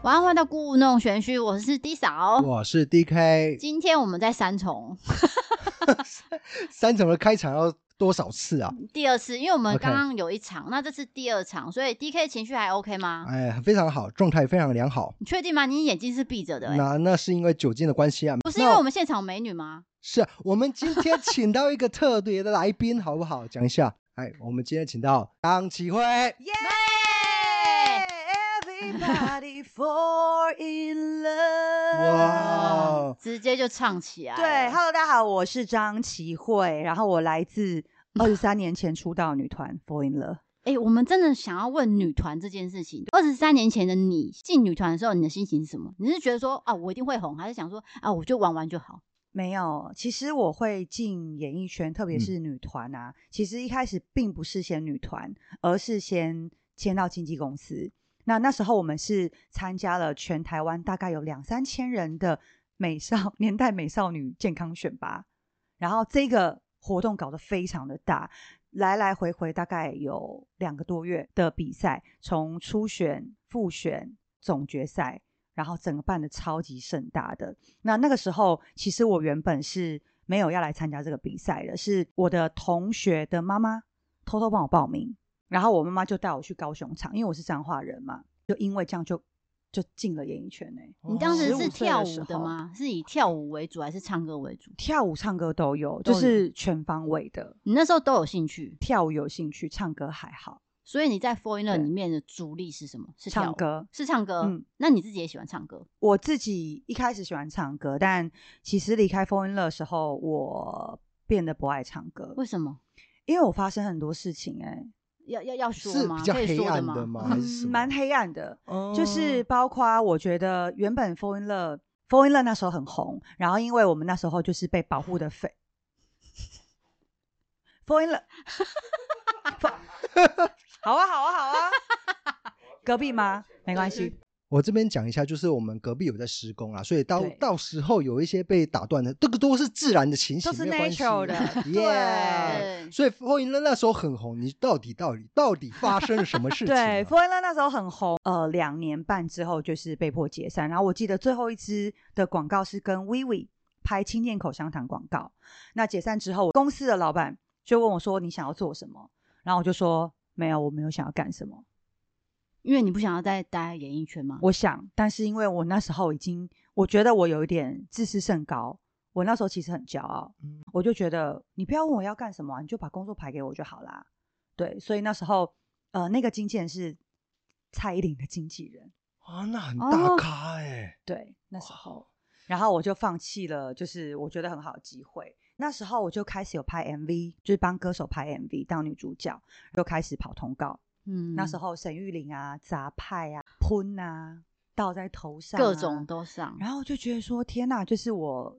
欢迎回到故弄玄虚，我是 D 嫂。我是 DK，今天我们在三重三重的开场要多少次啊？第二次，因为我们 OK 刚刚有一场那这是第二场，所以 D K 情绪还 OK 吗？啊哎，非常好，状态非常良好。你确定吗？你眼睛是闭着的、欸，那那是因为酒精的关系啊，不是因为我们现场有美女吗？是啊我们今天请到一个特别的来宾，好不好？讲一下，哎，我们今天请到张启辉，耶！Everybody fall in love。哇，直接就唱起来。哦对，，Hello，大家好，我是张琪慧，然后我来自二十三年前出道女团 Fall in Love。哎、我们真的想要问女团这件事情。二十三年前的你进女团的时候，你的心情是什么？你是觉得说啊，我一定会红，还是想说啊，我就玩玩就好？没有，其实我会进演艺圈，特别嗯是女团啊。其实一开始并不是先女团，而是先签到经纪公司。那那时候我们是参加了全台湾大概有两三千人的美少 年代美少女健康选拔，然后这个活动搞得非常的大，来来回回大概有两个多月的比赛，从初选、复选、总决赛，然后整个办的超级盛大的。那那个时候，其实我原本是没有要来参加这个比赛的，是我的同学的妈妈偷偷帮我报名，然后我妈妈就带我去高雄场，因为我是彰化人嘛，就因为这样就就进了演艺圈欸呢、你当时15是岁的跳舞时的候吗？是以跳舞为主，还是唱歌为主？跳舞、唱歌都有，都就有是全方位的。你那时候都有兴趣，跳舞有兴趣，唱歌还好，所以你在 Fall in Love 对里面的主力是什么？是跳唱舞，歌是唱歌。嗯那你自己也喜欢唱歌？我自己一开始喜欢唱歌，但其实离开 Fall in Love 的时候，我变得不爱唱歌，为什么？因为我发生很多事情、欸，要要要说是吗？比较可以黑说暗吗？的吗？哎还是什，么蛮、黑暗的。哦就是包括我觉得原本 Fall in Love。Fall in Love 那时候很红，然后因为我们那时候就是被保护的非 Fall in Love，好 啊好啊好啊，隔壁吗？没关系，我这边讲一下，就是我们隔壁有在施工啊，所以到对到时候有一些被打断的，这个都是自然的情形，都是没有关系 natural 的 耶、 对所以霍英乐那时候很红，你到底到底到底发生了什么事情、对啊？ ，Fall in Love 那时候很红，呃，两年半之后就是被迫解散。然后我记得最后一支的广告是跟 Vivi 拍青念口香糖广告。那解散之后，公司的老板就问我说：“你想要做什么？”然后我就说：“没有，我没有想要干什么。因为你不想要再待在演艺圈吗？我想，但是因为我那时候已经，我觉得我有一点自视甚高。”我那时候其实很骄傲，嗯我就觉得你不要问我要干什么啊、你就把工作排给我就好啦。对，所以那时候，呃，那个经纪人是蔡依林的经纪人，啊，那很哦大咖哎、对，那时候，然后我就放弃了，就是我觉得很好的机会。那时候我就开始有拍 MV，就是帮歌手拍 MV 当女主角，又开始跑通告。嗯，那时候沈玉琳啊、杂派啊、喷啊、倒在头上、啊各种。都上。然后我就觉得说，天哪，就是我，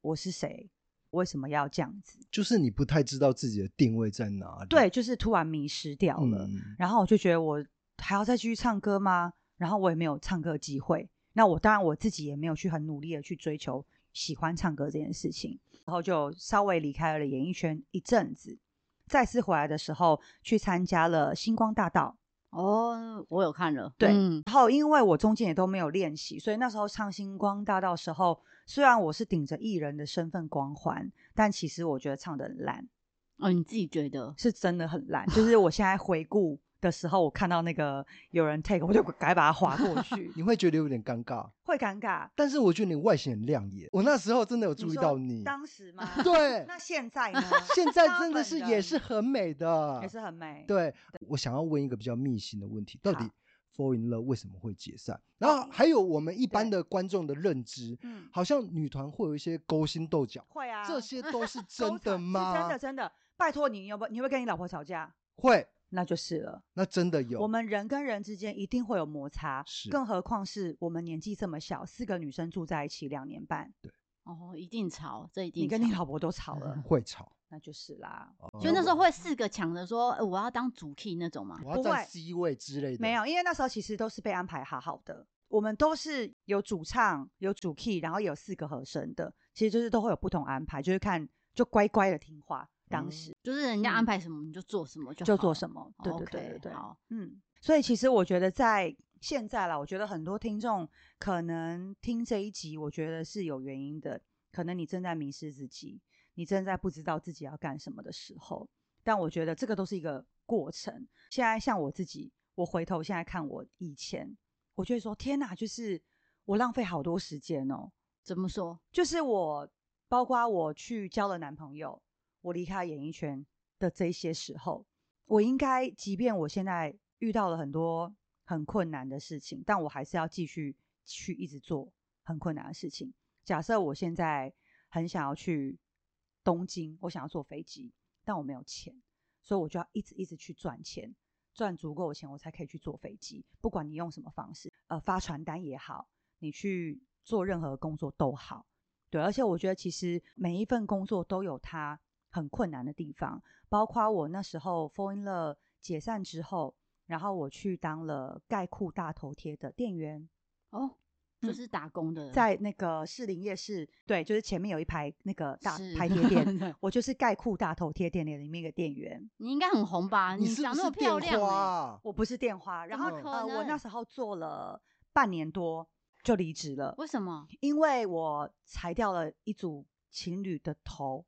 我是谁？为什么要这样子？就是你不太知道自己的定位在哪里。对，就是突然迷失掉了。嗯，，然后我就觉得我还要再继续唱歌吗？然后我也没有唱歌的机会。那我当然我自己也没有去很努力的去追求喜欢唱歌这件事情，然后就稍微离开了演艺圈一阵子。再次回来的时候，去参加了星光大道。哦，我有看了。对嗯然后因为我中间也都没有练习，所以那时候唱星光大道的时候，虽然我是顶着艺人的身份光环，但其实我觉得唱的很烂。哦，你自己觉得？是真的很烂。就是我现在回顾的时候，我看到那个有人 take，我就赶快把它划过去 你会觉得有点尴尬，会尴尬。但是我觉得你外形很亮眼。我那时候真的有注意说到你，当时吗？对，？那现在呢 现在真的是当本人也是很美的，也是很美。对，我想要问一个比较密心的问题，到底好哦 Fall in Love 为什么会解散？然后还有我们一般对的观众的认知，嗯，好像女团会有一些勾心斗角，会啊，这些都 是沟真通的是吗？真的真的，拜托你，你有不你会跟你老婆吵架？会，那就是了。那真的有。我们人跟人之间一定会有摩擦，是更何况是我们年纪这么小，四个女生住在一起两年半，哦，一定吵，这一定。你跟你老婆都吵 了，会吵，那就是啦。哦就那时候会四个抢着说，呃我要当主 key 那种嘛。我要不站会 C 位之类的，没有，因为那时候其实都是被安排好好的，我们都是有主唱、有主 key，然后有四个和声的，其实就是都会有不同安排，就是看就乖乖的听话，当时就是人家嗯安排什么你就做什么就就做么。什么，对对 OK，对对对，好嗯，所以其实我觉得在现在啦，我觉得很多听众可能听这一集，我觉得是有原因的。可能你正在迷失自己，你正在不知道自己要干什么的时候，但我觉得这个都是一个过程。现在像我自己，我回头现在看我以前，我就会说：天哪，就是我浪费好多时间哦。怎么说？就是我，包括我去交了男朋友，我离开演艺圈的这些时候，我应该，即便我现在遇到了很多很困难的事情，但我还是要继续去一直做很困难的事情。假设我现在很想要去东京，我想要坐飞机，但我没有钱，所以我就要一直一直去赚钱，赚足够的钱，我才可以去坐飞机。不管你用什么方式，呃，发传单也好，你去做任何工作都好。对，而且我觉得其实每一份工作都有它很困难的地方，包括我那时候 fall in love 解散之后，然后我去当了盖库大头贴的店员，哦，就嗯是打工的，在那个士林夜市，对，就是前面有一排那个大是排贴 店，对我就是盖库大头贴店的里面一个店员，你应该很红吧？你是长不那么是漂电亮、话欸，啊？我不是电花，然怎后么可呃，我那能时候做了半年多就离职了，为什么？因为我裁掉了一组情侣的头，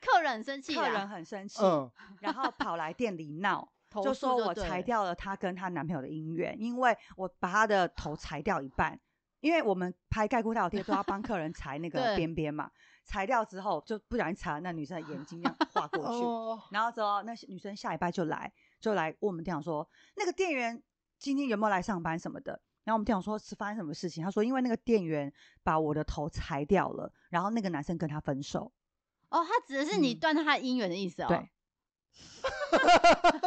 客人很生气啦，客人很生气，嗯， 然后跑来店里闹。投就诉说我对裁了，掉了她跟她男朋友的姻缘，因为我把她的头裁掉一半，因为我们拍盖骨大头贴都要帮客人裁那个 对边边嘛，裁掉之后就不小心裁了那女生的眼睛，这样划过去，哦，然后之后那些女生下礼拜就来，就来问我们店长说，那个店员今天有没有来上班什么的。然后我们店长说是发生什么事情，他说因为那个店员把我的头裁掉了，然后那个男生跟他分手，哦，他指的是你嗯断他的姻缘的意思哦。对，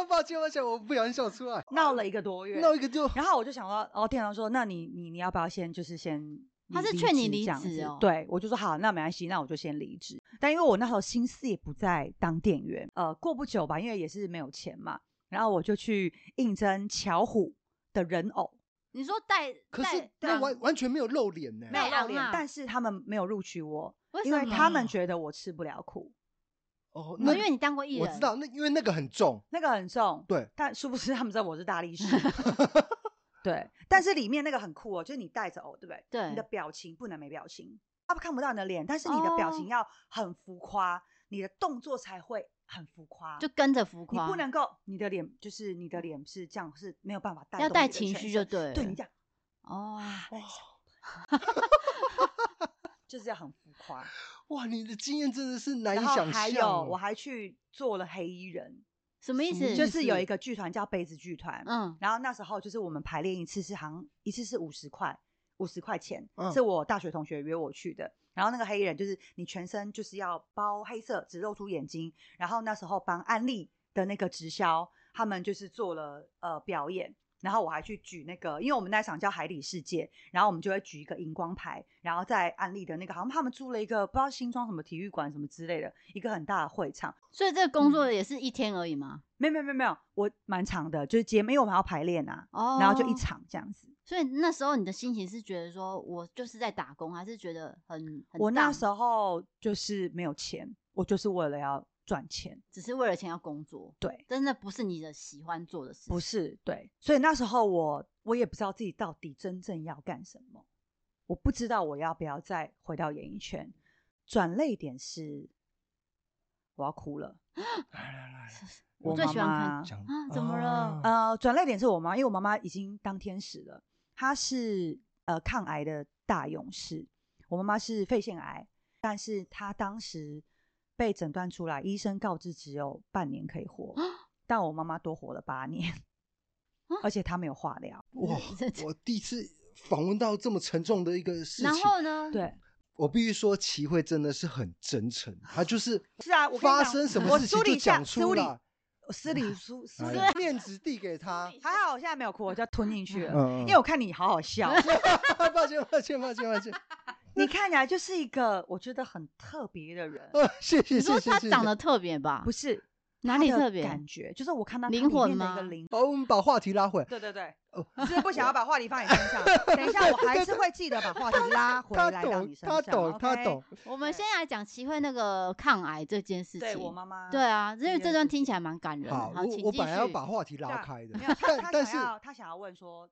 抱歉抱歉，我不小心笑出来，闹了一个多月，闹一个就然后我就想到，哦，店长说，那你你你要不要先就是先离？他是劝你离这样职子哦对我就说好，那没关系，那我就先离职。但因为我那时候心思也不在当店员，呃，过不久吧，因为也是没有钱嘛，然后我就去应征巧虎的人偶，你说带，可带是那完完全没有露脸呢、没有露脸啊，但是他们没有录取我，为什因么？为他们觉得我吃不了苦，哦，哦那因为你当过艺人，我知道，那因为那个很重，那个很重，对，但殊不知他们知道我是大力士。对，但是里面那个很酷哦，就是你戴着偶，对不对？对你的表情不能没表情，他们看不到你的脸，但是你的表情哦要很浮夸，你的动作才会很浮夸，就跟着浮你夸，不能够，你的脸就是你的脸是这样，是没有办法带要动带你的情全绪就身对了。对你啊这样哦，哇就是要很浮夸。哇，你的经验真的是难以然后想象哦。还有，我还去做了黑衣人，什么意什么思？意就思是有一个剧团叫杯子剧团，嗯，然后那时候就是我们排练一次是好像一次是五十块，五十块钱、嗯是我大学同学约我去的。然后那个黑衣人就是你全身就是要包黑色，只露出眼睛。然后那时候帮安利的那个直销，他们就是做了呃表演。然后我还去举那个，因为我们那场叫海底世界，然后我们就会举一个荧光牌，然后在安利的那个，好像他们租了一个不知道新庄什么体育馆什么之类的一个很大的会场，所以这个工嗯作也是一天而已嘛。没有没有没有没有，我蛮长的，就是节目，因为我们还要排练啊，哦，然后就一。场这样子。所以那时候你的心情是觉得说我就是在打工，还是觉得很很我那时候候就是没有钱，我就是为了要赚钱，只是为了钱要工作，对，真的不是你的喜欢做的事。不，是对，所以那时候我我也不知道自己到底真正要干什么，我不知道我要不要再回到演艺圈。转泪点是我要哭了，来来来，我我最妈喜欢看妈讲啊怎么了啊呃，转泪点是我妈，因为我妈妈已经当天使了，她是呃抗癌的大勇士。我妈妈是肺腺癌，但是她当时被诊断出来，医生告知只有半年可以活，但我妈妈多活了八年，而且她没有化疗。哇 这这，我第一次访问到这么沉重的一个事情。然后呢？，对，我必须说，齐慧真的是很真诚，她就是是啊，我跟你发讲生什我么事情梳理就一下讲梳出理来，私理 苏私哎理，呀面子递给她。还好我现在没有哭，我就吞进去了，嗯因为我看你好好 笑， 抱歉抱歉抱歉抱歉，你看起来就是一个我觉得很特别的人。呃，谢谢你谢说谢他谢长谢得。特别吧？不是哪啊他里的特别感觉，就是我看到他灵里魂面的一吗个灵，好，我们把话题拉回来。对对对，哦只是不想要把话题放你身 上。等一下，我还是会记得把话题拉回他来到懂你，身上。他懂，他 OK？懂。我们对先来讲齐慧那个抗癌这件事情。对我妈妈，对啊，因这为件这段事听起来蛮感人的。好，好，我请我继本来要续把话题 对啊拉开的没有，他但他但想是要他想要问说，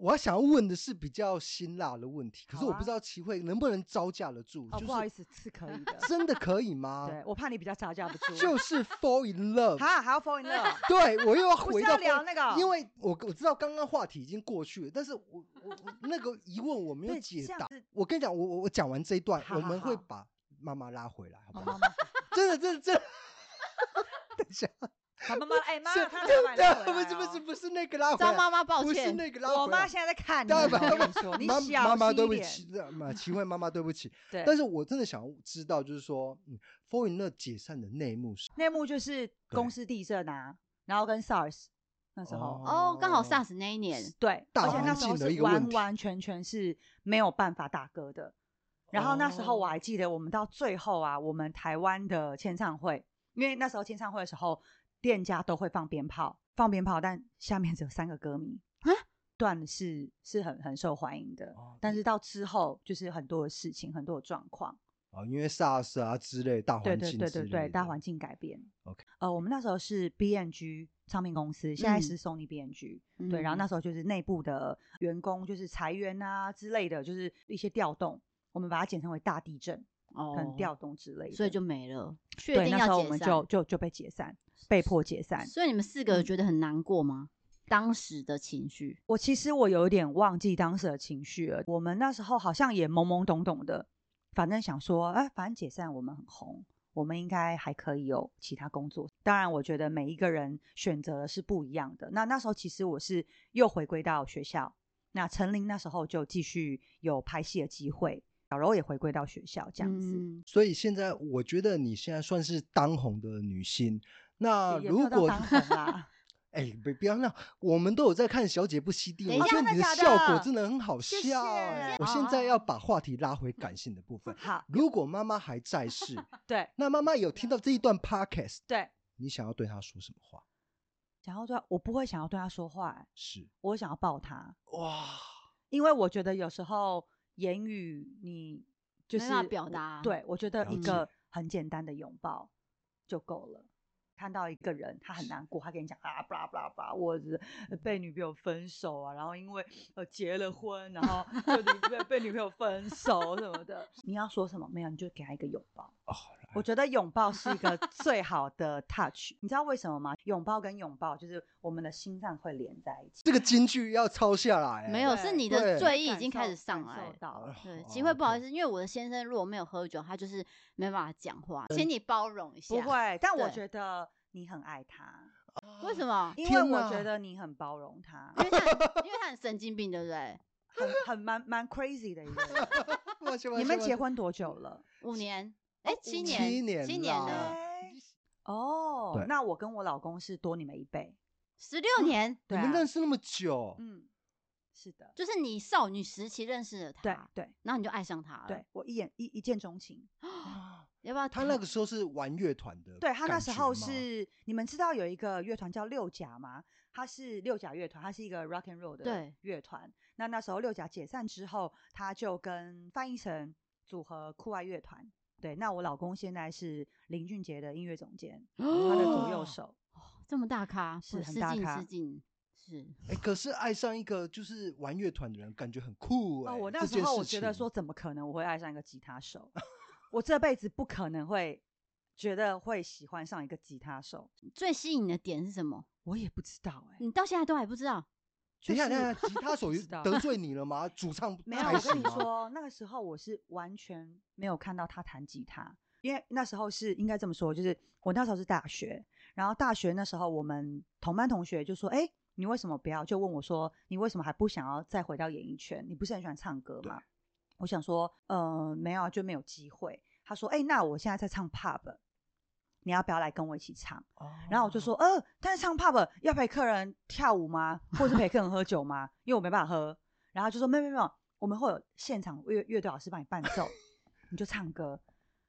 我想要问的是比较辛辣的问题，可是好我啊不知道齐慧能不能招架得住，哦，就不好意是思，是可以的。真的可以吗？对我怕你比较招架不住，就是 fall in love，哈还要 fall in love， 对我又要不回是到要聊 fall- 那个，因为我我知道刚刚话题已经过去了，但是我我我那个疑问我没有对解这样答子。我跟你讲，我我我讲完这一段，好我好们会好把妈妈拉回来，好不哦好？妈妈 真的，真的，真的。好妈妈，哎妈，是他真 回来的，不是不是不是那个拉回张来，妈妈抱不是歉，那个拉回来。我妈现在在看你，当我然跟你说，妈你妈小妈妈心对一不点。起，那 妈齐慧妈妈对不起。对，但是我真的想要知道，就是说，嗯，Fall in Love 解散的内幕是内幕就是公司地震啊，然后跟 SARS 那时候，哦，刚好 SARS 那一年，对，大而且那环时候境的一是个问完题完全全是没有办法打歌的。然后那时候我哦还记得，我们到最后啊，我们台湾的签唱会，因为那时候签唱会的时候，店家都会放鞭炮，放鞭炮，但下面只有三个歌迷啊，段是是很很受欢迎的哦，但是到之后就是很多的事情，很多的状况。哦，因为 SARS 啊之类大对环对境对之对类对，的大环境改变。 OK 呃，我们那时候是 BNG 唱片公司，现在嗯是 Sony BNG、对，然后那嗯时候就是内部的员工就是裁员啊之类的，就是一些调动，我们把它简称为大地震，可能哦调动之类的。所以就没了，确对，定那时要候我解们就散。就就被解散，被迫解散。所以你们四个嗯觉得很难过吗？当时的情绪，我其实我有一点忘记当时的情绪了，我们那时候好像也懵懵懂懂的，反正想说，哎，反正解散我们很红，我们应该还可以有其他工作。当然，我觉得每一个人选择的是不一样的。那那时候其实我是又回归到学校，那陈琳那时候就继续有拍戏的机会，小柔也回归到学校这样子。嗯所以现在我觉得你现在算是当红的女星。那也呃如没有到果当红 啦，哎，别不要闹，我们都有在看《小姐不吸地》，等一我下觉得真你的假效果的真的很好谢笑谢哎。我好现在啊要把话题拉回感性的部分。好，如果妈妈还在 世，对那妈妈有听到这一段 podcast，对，你想要对她说什么话？想要对他，我不会想要对他说话、哎是我想要抱他。哇，因为我觉得有时候言语你就没是办法表达我对我觉得了一解个很简单的拥抱就够了。看到一个人他很难过，他跟你讲啊，巴拉巴拉巴拉，我只呃被女朋友分手啊，然后因为呃结了婚，然 后就女被被女朋友分手什么的，你要说什么没有，你就给他一个拥抱。哦，我觉得拥抱是一个 最好的 touch，你知道为什么吗？拥抱跟拥抱就是我们的心脏会连在一起。这个金句要抄下来。哎没有，对是你对的醉意已感经受开始上感来受了。到了。对，哦机会不好意，OK 思，因为我的先生如果没有喝酒，他就是没办法讲话，请你包容一下。不，会，但我对觉得你很爱他，为什么？因为天我哪觉得你很包容他，因为他很因为他很神经病，对不对？很很蛮蛮 crazy 的一个人。么？你们结婚多久了？五哦年，哎，七五年，七年七年啦了，哎哦啊对，那我跟我老公是多你们一倍。十六年，你对啊们认识那么久，嗯，是的，就是你少女时期认识了对他，对然后你就爱上他了。，对，我一眼一一见钟情。要不要他那个时候是玩乐团的，嗯对他那时候，是，你们知道有一个乐团叫六甲吗？他是六甲乐团，他是一个 rock and roll 的对乐团。那那时候六甲解散之后，他就跟范逸臣组合酷爱乐团。对，那我老公现在是林俊杰的音乐总监，他的左哦右手。这么大咖，是我很失大敬咖失敬，是哎，可是爱上一个就是玩乐团的人，感觉很酷哎。哦，我那这时件候事我觉得情说，，怎么可能我会爱上一个吉他 手？我这辈子不可能会觉得会喜欢上一个吉他手，最吸引你的点是什么？我也不知道哎、你到现在都还不知道。等一下，就等是一下， 吉他手不知道得罪你了 吗？主唱没有，才我跟行你吗，说，那个时候我是完全没有看到他弹吉他，因为那时候是应该这么说，就是我那时候是大学，然后大学那时候我们同班同学就说：“哎、你为什么不要？”就问我说：“你为什么还不想要再回到演艺圈？你不是很喜欢唱歌吗？”我想说：“呃，没有啊，就没有机会。”他说：“哎、那我现在在唱 pub，你要不要来跟我一起唱？”哦然后我 就说，呃，但是唱 pub 要陪客人跳舞吗？或者是陪客人喝酒吗？因为我没办法喝。然后他就说没有没有没有，我们会有现场乐乐队老师帮你伴奏，你就唱歌。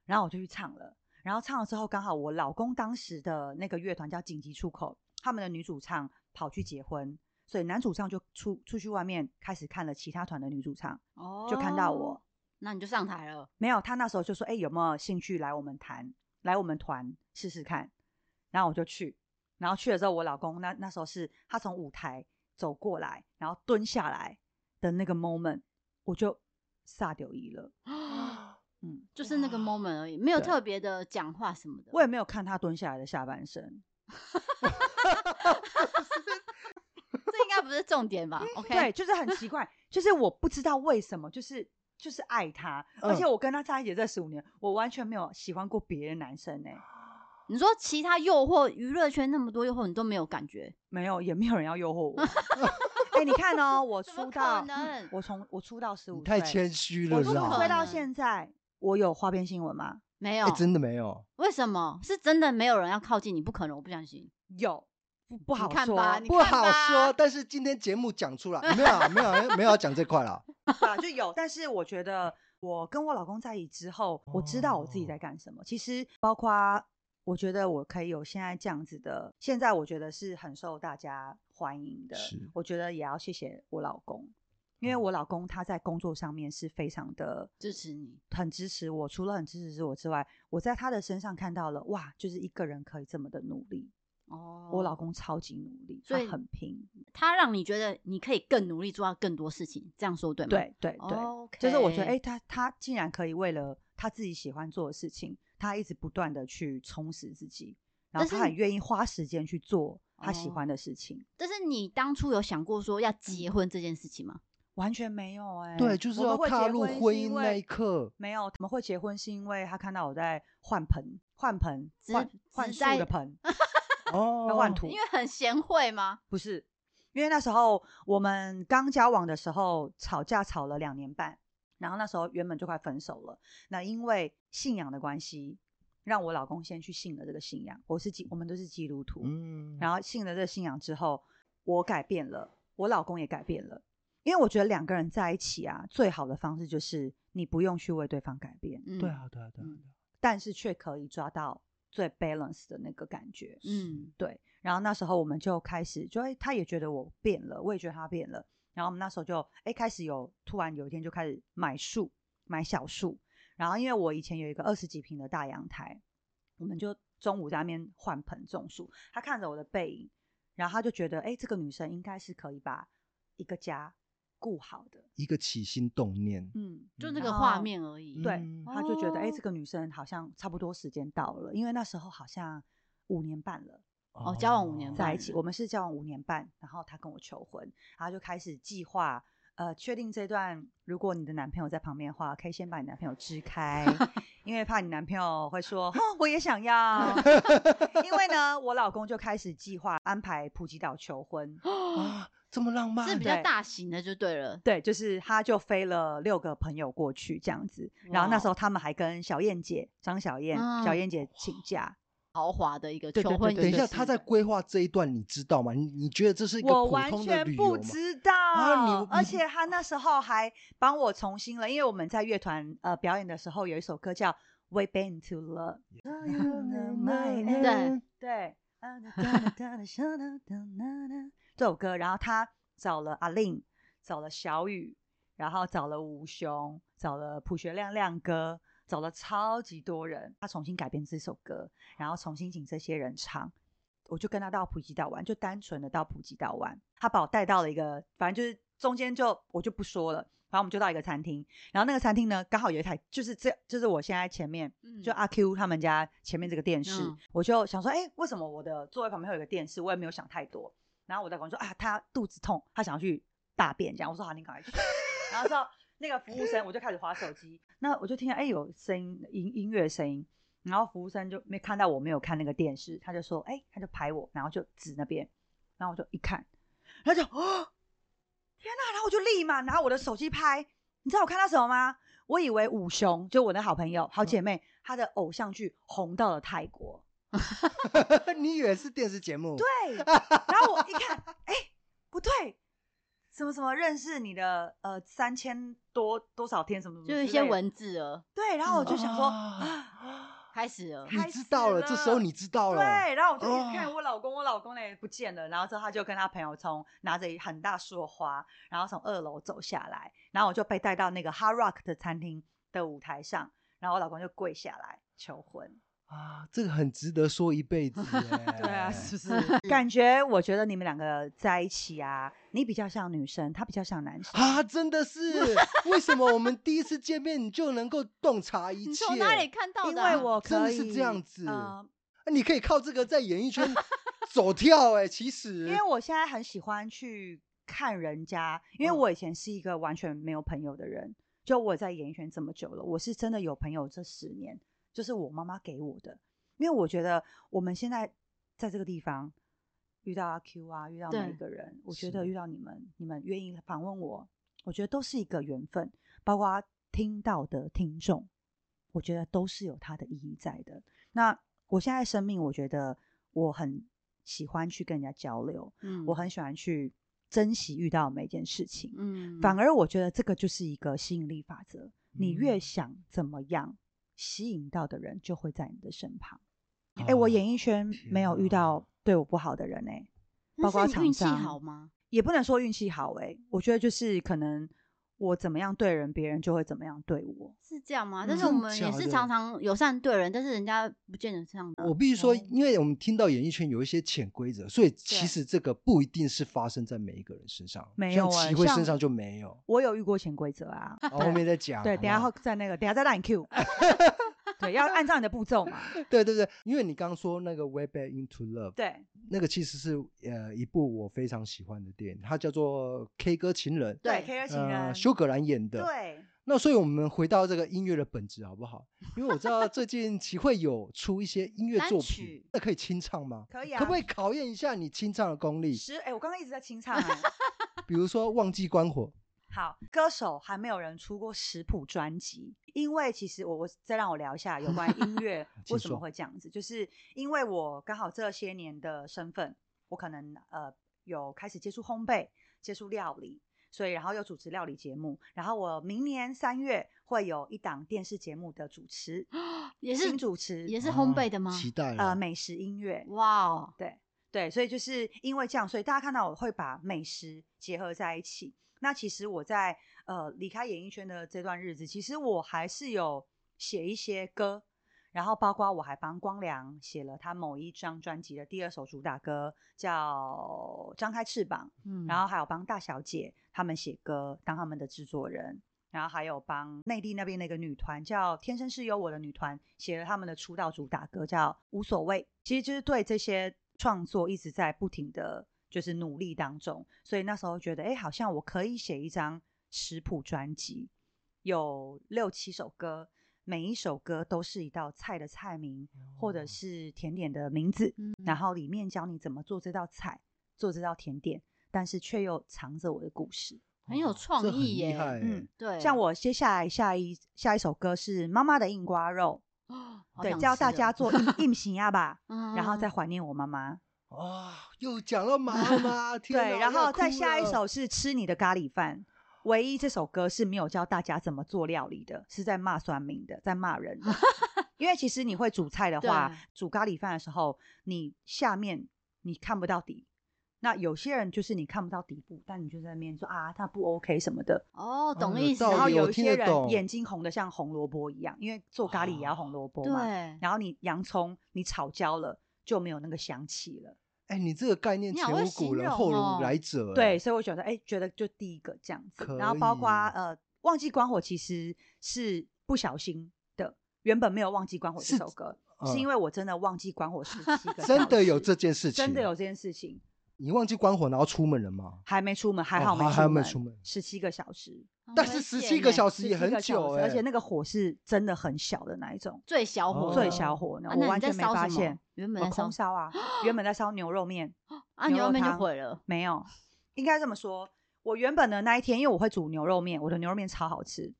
然后我就去唱了。然后唱了之后，刚好我老公当时的那个乐团叫紧急出口，他们的女主唱跑去结婚，所以男主唱就出出去外面开始看了其他团的女主唱，哦就看到我。，那你就上台了。没有，他那时候就说：“哎、有没有兴趣来我们谈，来我们团试试看？”然后我就去，然后去了之后，我老公那那时候是他从舞台走过来，然后蹲下来的那个 moment，我就撒掉一了。嗯，就是那个哇 moment 而已，没有对特别的讲话什么的。我也没有看他蹲下来的下半身。这应该不是重点吧？OK，对，就是很奇怪，就是我不知道为什么，就是就是爱他，而且我跟他在一起这十五年，我完全没有喜欢过别的男生欸呢、你说其他诱惑，娱乐圈那么多诱惑，你都没有感觉？没有，也没有人要诱惑我。 哎、你看哦，我怎么出可道，能我从我出道十你五，太谦虚了我从不出可道能啦！到现在，我有花边新闻吗？没有哎，，真的没有，为什么？是真的没有人要靠近你？不可能，我不相信。有，不不好看说 吧你不不看好吧说。但是今天节目讲出来，没有啊，没有啊，没有要讲这块 啦。对啊，就有。但是我觉得，我跟我老公在一起之后，我知道我自己哦在干什么。其实，包括我觉得我可以有现在这样子的，现在我觉得是很受大家欢迎的是。我觉得也要谢谢我老公，因为哦我老公他在工作上面是非常的嗯支持你，很支持我。除了很支持我之外，我在他的身上看到了，哇，就是一个人可以这么的努力。哦，我老公超级努力，所他以很拼。他让你觉得你可以更努力做到更多事情，这样说对吗？对对对。 o k 就是我觉得，哎、，他他竟然可以为了他自己喜欢做的事情，他一直不断的去充实自己，然但后是他很你愿意花时间去做他喜哦欢的事情，但是你当初有想过说要结婚这件事情吗？完全没有哎、对，就是我们要会踏结入婚是婚因姻为那一刻，没有，他们会结婚是因为他看到我在换盆、换盆、只换只换树在的盆，哦， 要换土，因为很贤惠吗？不是，因为那时候我们刚交往的时候吵架吵了两年半，然后那时候原本就快分手了。那因为信仰的关系，让我老公先去信了这个信仰。我是基，我们都是基督徒。嗯，然后信了这个信仰之后，我改变了，我老公也改变了。因为我觉得两个人在一起啊，最好的方式就是你不用去为对方改变，嗯，对，啊，对啊，对啊，嗯但是却可以抓到最 balance 的那个感觉。嗯，对，然后那时候我们就开始，就哎，他也觉得我变了，我也觉得他变了。然后我们那时候就哎，开始有突然有一天就开始买树，买小树。然后因为我以前有一个二十几平的大阳台，我们就中午在那边换盆种树。他看着我的背影，然后他就觉得，哎，这个女生应该是可以把一个家顾好的。一个起心动念，嗯，就嗯那个然画后面而已。对，嗯他就觉得，哎、哦这个女生好像差不多时间到了，因为那时候好像五年半了。哦交往五年在一半起，了我们是交往五年半，然后他跟我求婚，然后就开始计划，呃，确定这段，如果你的男朋友在旁边的话，可以先把你男朋友支开，因为怕你男朋友会说，哼，我也想要。 因为呢，我老公就开始计划安排普吉岛 求婚，啊，这么浪漫，是比较对大型的就对了。对，就是他就飞了六个朋友过去这样子，然后那时哇哦候他们还跟小燕姐张小燕、小嗯燕姐请假，豪华的一个对对求婚仪式。等一下，他在规划这一段，你知道吗？你你觉得这是一个我普完通的全旅游不吗？知道，啊你而你且他那时候还帮我重新了，因为我们在乐团呃表演的时候有一首歌叫《We Been to Love》，对对，这首歌，然后他找了阿令，找了小雨，然后找了吴雄，找了朴学亮亮哥，找了超级多人，他重新改编这首歌，然后重新请这些人唱。我就跟他到普吉岛玩，就单纯的到普吉岛玩。他把我带到了一个，反正就是中间就我就不说了，然后我们就到一个餐厅，然后那个餐厅呢刚好有一台，就是这就是我现在前面嗯就阿啊 Q 他们家前面这个电视，嗯我就想说，哎、为什么我的座位旁边会有一个电视？我也没有想太多。然后我在跟我说啊，他肚子痛，他想要去大便，这样我说好，你赶快去。然后之后那个服务生我就开始划手机，那我就听到哎、有声音音音乐声音，然后服务生就没看到我没有看那个电视，他就说哎、他就拍我，然后就指那边，然后我就一看，然后就哦，天哪、然后我就立马拿我的手机拍，你知道我看到什么吗？我以为五雄就我的好朋友、嗯好姐妹，她的偶像剧红到了泰国。对， 你以为是电视节目？对，对，然后我一看，哎、不对，什么什么认识你的呃三千多多少天什么什么，就有一些。文嗯字了，对，然后我就想说，啊开始了。开你知道了，始这时候了你知哦道了，对，然后我就一直哦看我老公，我老公呢也不见了。然后之后他就跟他朋友从拿着一很大束的花，然后从二楼走下来，然后我就被带到那个 Hard Rock 的餐厅的舞台上，然后我老公就跪下来求婚。啊，这个很值得说一辈子耶。 对啊，是不是？嗯感觉我觉得你们两个在一起啊，你比较像女生，他比较像男生。啊，真的是为什么我们第一次见面你就能够洞察一你切？从哪里看到因的啊？为我真可的以是这样子？呃啊你可以靠这个在演艺圈走跳哎、其实因为我现在很喜欢去看人家，因为嗯我以前是一个完全没有朋友的人，就我在演艺圈这么久了，我是真的有朋友这十年，就是我妈妈给我的。因为我觉得我们现在在这个地方遇到阿 Q 啊，遇到每对一个人，我是觉得遇到你们，你们愿意访问我，我觉得都是一个缘分，包括听到的听众，我觉得都是有它的意义在的。那我现在生命，我觉得我很喜欢去跟人家交流，嗯我很喜欢去珍惜遇到的每一件事情。嗯反而我觉得这个就是一个吸引力法则，你越嗯想怎么样，吸引到的人就会在你的身旁。哎、我演艺艺圈没有遇啊天啊到对我不好的人哎、那包括是你运厂气商好吗？也不能说运气好哎、我觉得就是可能我怎么样对人，别人就会怎么样对我。是这样吗？但嗯是我真们也假是的常常友善对人，但是人家不见得这样的。我必须说，哦因为我们听到演艺圈有一些潜规则，所以其实这个不一定是发生在每一个人身上，没有像哎齐慧像身上就没 有。我有遇过潜规则啊，哦后面再讲，对，好等一下不好后在那个，等一下再让你 Q，对，要按照你的步骤嘛，对对对，因为你刚刚说那个《Way Back Into Love》，对，那个其实是呃一部我非常喜欢的电影，它叫做《K 歌情人》，对，K 歌情呃，人，修格兰演的。对，那所以我们回到这个音乐的本质好不好？因为我知道最近齐慧有出一些音乐单作曲品，那可以清唱吗？可以啊，可不可以考验一下你清唱的功力？十？哎，我刚刚一直在清唱哎。比如说《忘记关火好，歌手还没有人出过食谱专辑，因为其实我我再让我聊一下有关 音乐请为什么说会这样子，就是因为我刚好这些年的身份，我可能呃有开始接触烘焙，接触料理，所以然后又主持料理节目，然后我明年三月会有一档电视节目的主持，也是新主持，也》，是啊烘焙的吗？期待啊呃了。美食音乐，哇哦，对，所以就是因为这样，所以大家看到我会把美食结合在一起。那其实我在呃离开演艺圈的这段日子，其实我还是有写一些歌，然后包括我还帮光良写了他某一张专辑的第二首主打歌，叫《张开翅膀》。嗯然后还有帮大小姐他们写歌，当他们的制作人，然后还有帮内地那边那个女团叫“天生是有我”的女团写了他们的出道主打歌叫《无所谓》，其实就是对这些创作一直在不停的就是努力当中，所以那时候觉得，哎，好像我可以写一张食谱专辑，有六七首歌。每一首歌都是一道菜的菜名，或者是甜点的名字，嗯然后里面教你怎么做这道菜，做这道甜点，但是却又藏着我的故事。很有哇创这很意厉耶害嗯对，像我接下来下一下一首歌是妈妈的硬瓜肉，哦，好对，想教大吃哦家，做 硬硬形呀吧，嗯然后再怀念我妈妈。哦，又讲到妈妈，天哪 对，然后再要哭下一了首是吃你的咖喱饭。唯一这首歌是没有教大家怎么做料理的，是在骂酸民的，在骂人 的。因为其实你会煮菜的话对，煮咖喱饭的时候，你下面你看不到底。那有些人就是你看不到底部，但你就在那边说啊，那不 OK 什么的。哦，懂有意思，道然后理有我一听些得人懂眼睛红的像红萝卜一样，因为做咖喱也要红萝卜哦嘛。对，然后你洋葱你炒焦了就没有那个香气了。哎，你这个概念你好前会无古形人容后哦无来者，对，，所以我觉得，哎、觉得就第一个这样子可，然后包以括呃，忘记关火其实是不小心的，原本没有忘记关火这是首歌，嗯是因为我真的忘记 关火十七个，真的有这，件事情，真的有，这件事情，你忘记关火然后出门了吗？还没出门，还哦好没还出还没门，出门十七个小时，很但危是十七险个耶小时也17很个小久时哎，而且那个火是真的很小的那一种，最小火最哦小火呢，啊我那你完在全没烧发什么现，原本我在烧空 烧啊，原本在烧牛肉面，啊，牛牛肉肉面就汤毁了，没有，应该这么说。我原本的那一天，因为我会煮牛肉面，我的牛肉面超好吃。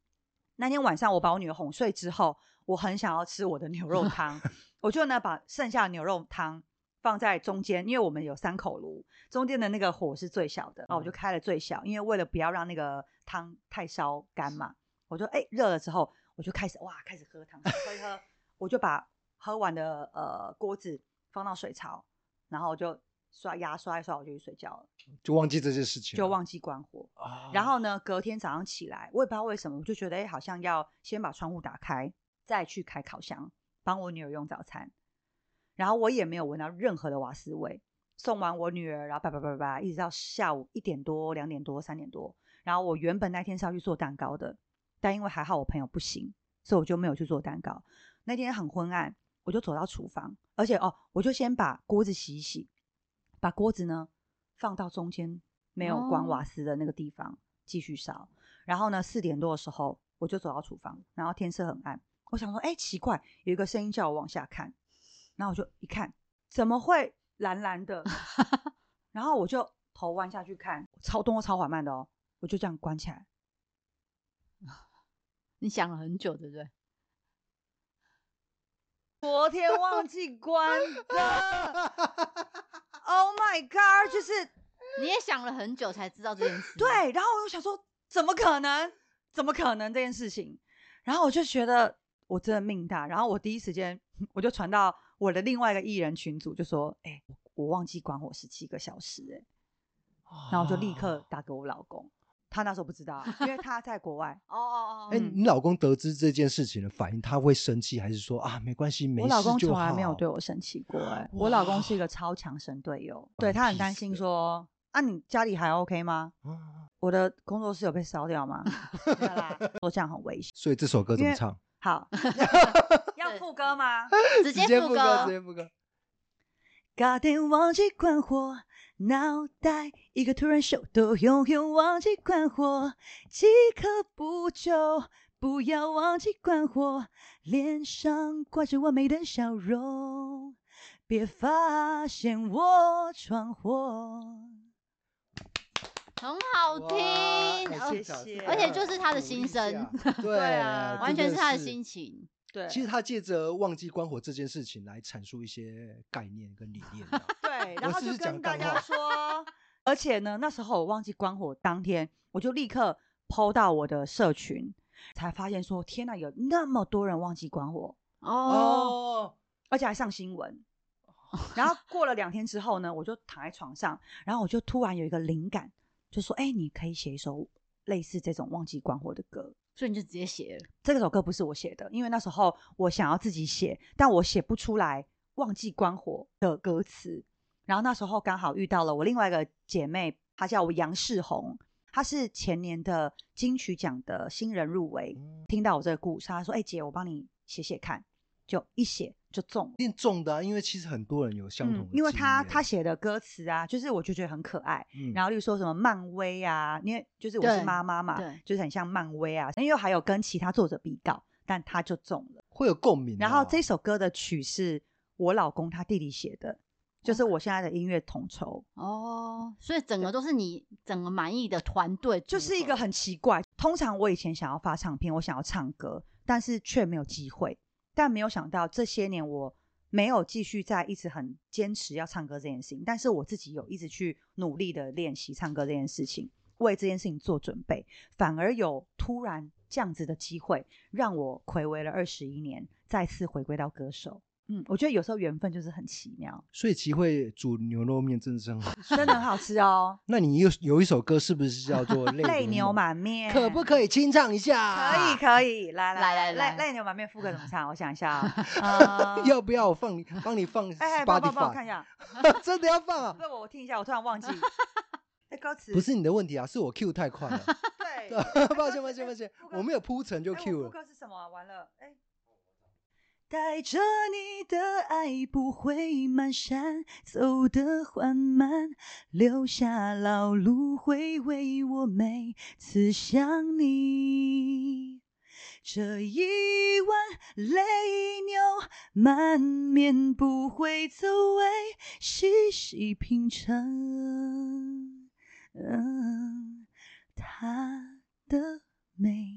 那天晚上我把我女儿哄睡之后，我很想要吃我的牛肉 汤，我就呢把剩下的牛肉汤放在中间，因为我们有三口炉，中间的那个火是最小的，啊，我就开了最小，因为为了不要让那个汤太烧干嘛，我就哎热、了之后，我就开始哇开始喝汤，喝一喝，我就把喝完的呃锅子放到水槽，然后就刷牙刷一刷，我就去睡觉了，就忘记这件事情了，就忘记关火。啊。然后呢，隔天早上起来，我也不知道为什么，我就觉得哎、诶好像要先把窗户打开，再去开烤箱，帮我女儿用早餐，然后我也没有闻到任何的瓦斯味。送完我女儿，然后叭叭叭叭叭，一直到下午一点多、两点多、三点多。然后我原本那天是要去做蛋糕的，但因为还好我朋友不行，所以我就没有去做蛋糕。那天很昏暗，我就走到厨房，而且哦，我就先把锅子洗一洗，把锅子呢放到中间没有关哦瓦斯的那个地方继续烧。然后呢，四点多的时候我就走到厨房，然后天色很暗，我想说，哎，奇怪，有一个声音叫我往下看，然后我就一看，怎么会蓝蓝的？然后我就头弯下去看，超动作超缓慢的哦，我就这样关起来，你想了很久，对不对？昨天忘记关 的，Oh my god！就是你也想了很久才知道这件事。，对，然后我就想说，怎么可能？怎么可能这件事情？然后我就觉得我真的命大，然后我第一时间我就传到我的另外一个艺人群组，就说：“哎、我我忘记关火十七个小时、哎。”啊然后我就立刻打给我老公，他那时候不知道，因为他在国 外。哦哦哦哎、哦，嗯你老公得知这件事情的反应，他会生气，还是说啊没关系，没我事老公就从来没有好对我生气过、哎，我老公是一个超强神队友，对他很担心说：“啊，你家里还 OK 吗？啊我的工作室有被烧掉吗？”没有啦，说这样很危险。所以这首歌怎因么为唱？ 好， 要副歌吗？直直接接副歌，直歌，接副歌。搞定忘记关火，脑袋一个突然手抖，永远忘记关火，即刻补救，不要忘记关火，脸上挂着完美的笑容，别发现我闯祸。很好哇听。哎呃谢这小谢子而且很就是他的鼓心励下 声对啊完全真是的他的心情。对其实他借着忘记关火这件事情来阐述一些概念跟理念啊。对，我然后是就不是讲跟大干家话 说，而且呢，那时候我忘记关火，当天我就立刻抛到我的社群，才发现说，天呐，有那么多人忘记关火，哦，哦，而且还上 新闻。然后过了两天之后呢，我就躺在床上，然后我就突然有一个灵感，就说：“哎、你可以写一首类似这种忘记关火的歌。所以你就直接写了。”这首歌不是我写的，因为那时候我想要自己写，但我写不出来忘记关火的歌词。然后那时候刚好遇到了我另外一个姐妹，她叫我杨世红，她是前年的金曲奖的新人入围。哦听到我这个故事，她说：“哎、姐，我帮你写写看。”就一写就中了嗯一定中的、啊，因为其实很多人有相同的、因为他他，写的歌词啊，就是我就觉得很可爱。嗯然后，例如说什么漫威啊，因为就是我是对妈妈嘛对，就是很像漫威啊。因为还有跟其他作者比稿，但他就中了。会有共鸣啊、然后这首歌的曲是我老公他弟弟写的，就是我现在的音乐统筹，哦，所以整个都是你整个满意的团队组合，就是一个很奇怪。通常我以前想要发唱片，我想要唱歌，但是却没有机会。但没有想到这些年我没有继续在一直很坚持要唱歌这件事情，但是我自己有一直去努力的练习唱歌这件事情，为这件事情做准备，反而有突然这样子的机会，让我暌违了二十一年，再次回归到歌手。嗯，我觉得有时候缘分就是很奇妙，所以齐慧煮牛肉面真的是很好吃，真的很好吃哦那你有有一首歌是不是叫做《 泪牛满满面，可不可以啊清唱一下？可以可以，来来来来来泪泪牛满面副歌怎么唱？我想一 下啊，呃要不要我放你帮你放哎哎，帮我帮我帮我 Spotify？、看一下， 真的要放啊？不我我听一下，我突然忘记， 哎歌词不是你的问题啊，是我 Q 太快了。 对，抱歉抱歉抱 歉，我没有铺陈就哎 Q 我副了。歌是什么啊？完了，哎。带着你的爱不会蹒跚，走得缓慢，留下老路回味我每次想你。这一晚泪流满面不会走为细细品尝，嗯，它的美。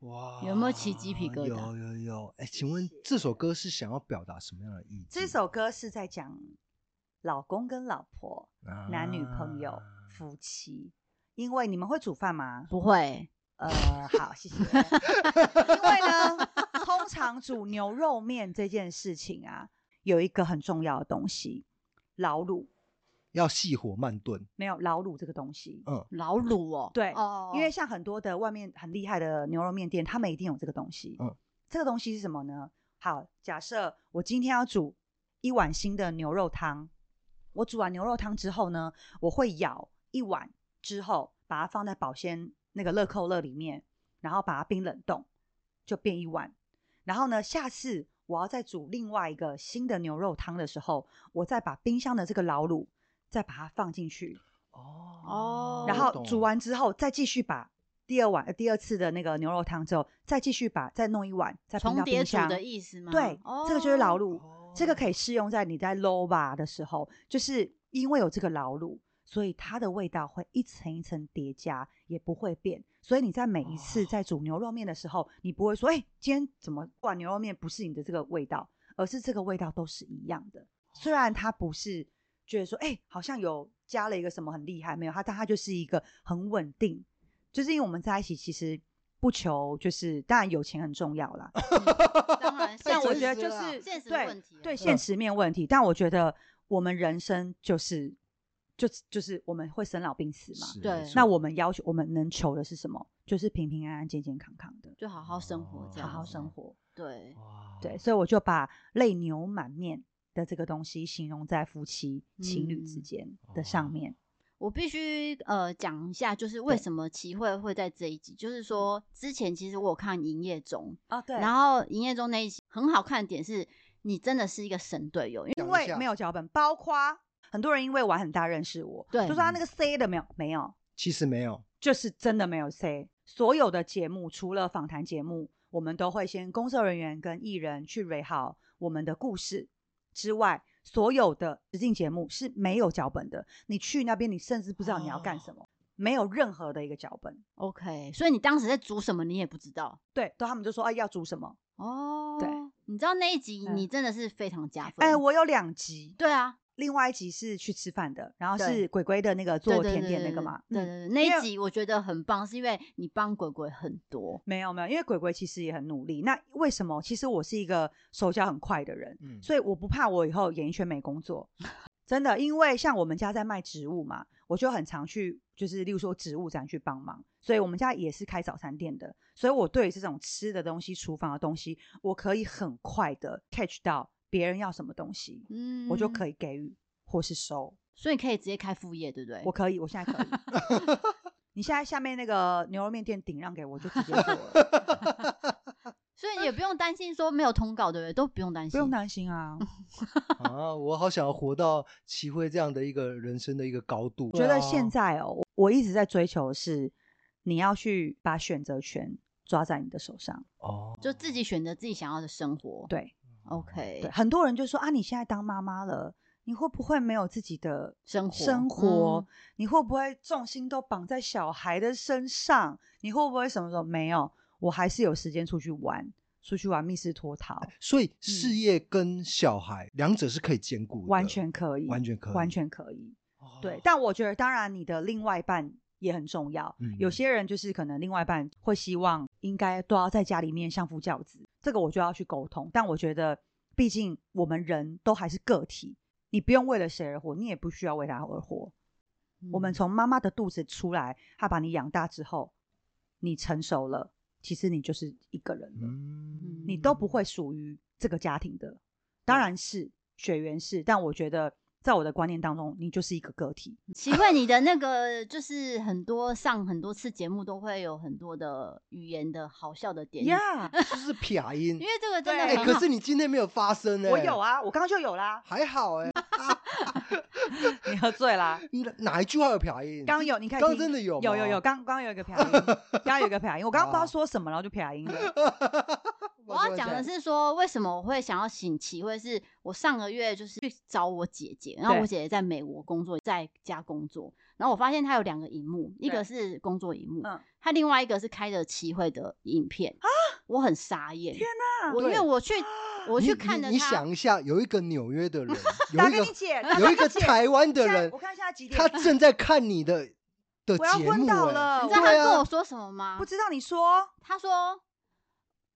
哇有没有起鸡皮疙瘩有有有。哎，请问这首歌是想要表达什么样的意境？这首歌是在讲老公跟老婆、啊男女朋友、夫妻，因为你们会煮饭吗？不会呃，好，谢谢。 因为呢，通常煮牛肉面这件事情啊，有一个很重要的东西，老卤，要细火慢炖，没有老卤这个东西。嗯，老卤哦，对哦，因为像很多的外面很厉害的牛肉面店，他们一定有这个东西。嗯这个东西是什么呢？好，假设我今天要煮一碗新的牛肉汤，我煮完牛肉汤之后呢，我会舀一碗之后，把它放在保鲜那个乐扣乐里面，然后把它冰冷冻，就变一碗。然后呢，下次我要再煮另外一个新的牛肉汤的时候，我再把冰箱的这个老卤再把它放进去，哦然我后煮完之后再继续把第二碗、呃第二次的那个牛肉汤之后，再继续把再弄一碗，再冰重到叠冰组箱。的意思吗？哦对，这个就是劳碌。碌，哦 这个可以适用在你在 low 吧的时候，就是因为有这个劳碌，所以它的味道会一层一层叠加，也不会变。所以你在每一次哦在煮牛肉面的时候，你不会说，哎、今天怎么碗牛肉面不是你的这个味道，而是这个味道都是一样的。虽然它不是觉得说，哎、好像有加了一个什么很厉害，没有它，但它就是一个很稳定。就是因为我们在一起，其实不求就是，当然有钱很重要啦，当然，太像我我真觉觉得得实就了是现实对问题啊对嗯现实面问题。但我觉得我们人生就是就就是我们会生老病死嘛。是对没错那我们要求我们能求的是什么？就是平平安安、健健康康的，就好好生活哦，这好样好子生活。对，哇对，所以我就把泪流满面的这个东西形容在夫妻情侣之嗯间的哦上面。我必须呃讲一下，就是为对什么齐慧会在这一集，就是说之前其实我有看《营业中哦，对》，然后《营业中》那一集很好看的点是，你真的是一个神队友，因为讲一因为下没有脚本，包括很多人因为玩很大认识我，对就说他那个 C 的没有没有，其实没有，就是真的没有 say。所有的节目，除了访谈节目，我们都会先工作人员跟艺人去 r 好我们的故事之外，所有的实境节目是没有脚本的。你去那边，你甚至不知道你要干什么，哦没有任何的一个脚本。 OK，所以你当时在煮什么你也不知道对，都他们就说哎要煮什么？哦。对，你知道那一集嗯你真的是非常加分。哎，我有两集，对啊，另外一集是去吃饭的，然后对是鬼鬼的那个对做对甜对点那个对嘛。对对嗯对，那因一为集我觉得很棒，是因为你帮鬼鬼很多。没有没有，因为鬼鬼其实也很努力。那为什么？其实我是一个手脚很快的人，嗯所以我不怕我以后演艺圈没工作， 真的。因为像我们家在卖植物嘛，我就很常去，就是例如说植物展去帮忙，所以我们家也是开早餐店的，所以我对于这种吃的东西、厨房的东西，我可以很快的 catch 到别人要什么东西，嗯，我就可以，以给予或是收。所以可以直接开副业，对不对？我可以，我现在 可以。你现在下面那个牛肉面店顶让给我，我就直接做了，所以也不用担心说没有通告，对不对？都不用担心， 不用担心啊。啊，我好想要活到齐慧这样的一个人生的一个高度。我觉对得啊现在哦，我 我一直在追求的是，你要去把选择权抓在你的手上。哦，就自己选择自己想要的生活。对，OK，对，很多人就说啊，你现在当妈妈了，你会不会没有自己的生活生活嗯？你会不会重心都绑在小孩的身上？你会不会什么时候没有？我还是有时间出去玩，出去玩密室脱逃，所以事业跟小孩、两者是可以兼顾的，完全可以，完全可以完全可以。哦对，但我觉得当然你的另外一半也很重要。嗯有些人就是可能另外一半会希望应该都要在家里面相夫教子，这个我就要去沟通。但我觉得，毕竟我们人都还是个体，你不用为了谁而活，你也不需要为他而活。嗯我嗯们从妈妈的肚子出来，她把你养大之后，你成熟了，其实你就是一个人了，嗯你都不会属于这个家庭的。当然是血缘是，但我觉得在我的观念当中，你就是一个个体。奇怪，你的那个就是很多上很多次节目都会有很多的语言的好笑的点 Yeah，就是撇音因为。这个真的哎、很对 好。可是你今天没有发声呢、。我有，啊，我刚刚就有啦还好 哎、啊你喝醉啦？ 你哪哪一句话有撇音？ 刚有，你看刚听真的有吗有有有，刚刚有一个撇音，刚刚有一个撇音，我刚刚不知啊道说什么，然后就撇音 了。我要讲的，是说，为什么我会想要请齐慧？是我上个月就是去找我姐姐，然后我对姐姐在美国工作，在家工作，然后我发现她有两个荧幕，一个是工作荧幕，嗯她另外一个是开着齐慧的影片啊，我很傻眼，天哪我因为对我去我你去看你了你她，想一下，有一个纽约 的人，有打一给你个姐，打有给一你个姐台湾的现在人我，看现在几点？他正在看你的的 我要节昏目、倒欸，了你知对道她跟啊我说什么吗？不知道你说她说。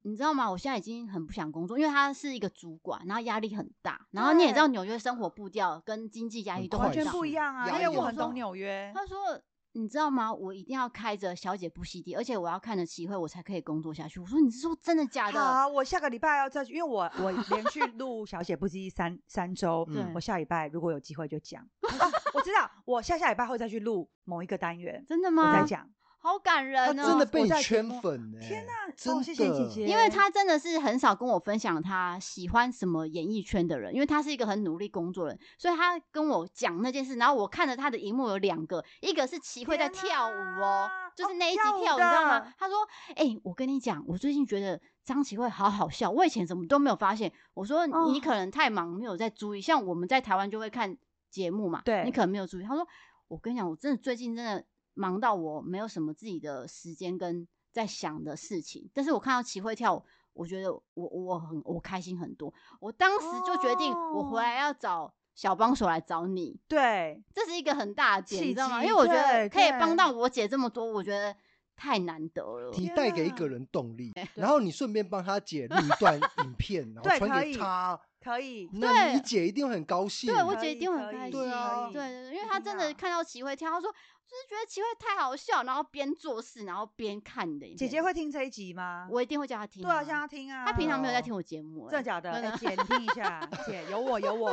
你知道吗？我现在已经很不想工作，因为她是一个主管，然后压力很大，然后你也知道纽约生活步调跟经济压很力都快很完大全速不一样啊，压因力为我很很大懂纽约。他说你知道吗？我一定要开着《小姐不吸地》，而且我要看着齐慧，我才可以工作下去。我说你是说真的假好、的？啊，我下个礼拜要再去，因为我我连续录《小姐不羁》三三 周，嗯我下礼拜如果有机会就讲。 啊我知道，我下下礼拜会再去录某一个单元，真的我再吗？讲。好感他人哦！真的被我你在节圈目粉呢、天哪哦真的，谢谢姐姐因为他真的是很少跟我分享他喜欢什么演艺圈的人，因为他是一个很努力工作的人，所以他跟我讲那件事，然后我看着他的荧幕有两个，一个是齐慧在天跳舞哦哪，就是哦那一集跳舞跳舞，你知道的吗？他说：“哎、我跟你讲，我最近觉得张齐慧好好笑，我以前怎么都没有发现。”我说：“哦你可能太忙，没有在注意。像我们在台湾就会看节目嘛，对你可能没有注意。”他说：“我跟你讲，我真的最近真的忙到我没有什么自己的时间跟在想的事情，但是我看到齐慧跳舞，我觉得我我很我开心很多。我当时就决定，我回哦来要找小帮手来找你，对，这是一个很大的点，契你知道吗？机因为我觉得对可以对帮到我姐这么多，我觉得太难得了。你天带给一哪个人动力，然后你顺便帮他 姐录一段影片，然后对传可给以他，可以。那你对姐一定会很高兴。对，我可姐一以定会可很开以心。对啊对对对，因为一她定真的要看到齐慧跳，她说就是觉得齐慧太好笑，然后边做事，然后边看你的影姐片。姐会听这一集吗？我一定会叫她听、对啊，叫她听啊。她平常没有在听我节目、欸，真的假的？哎、姐，你听一下，姐有我有我，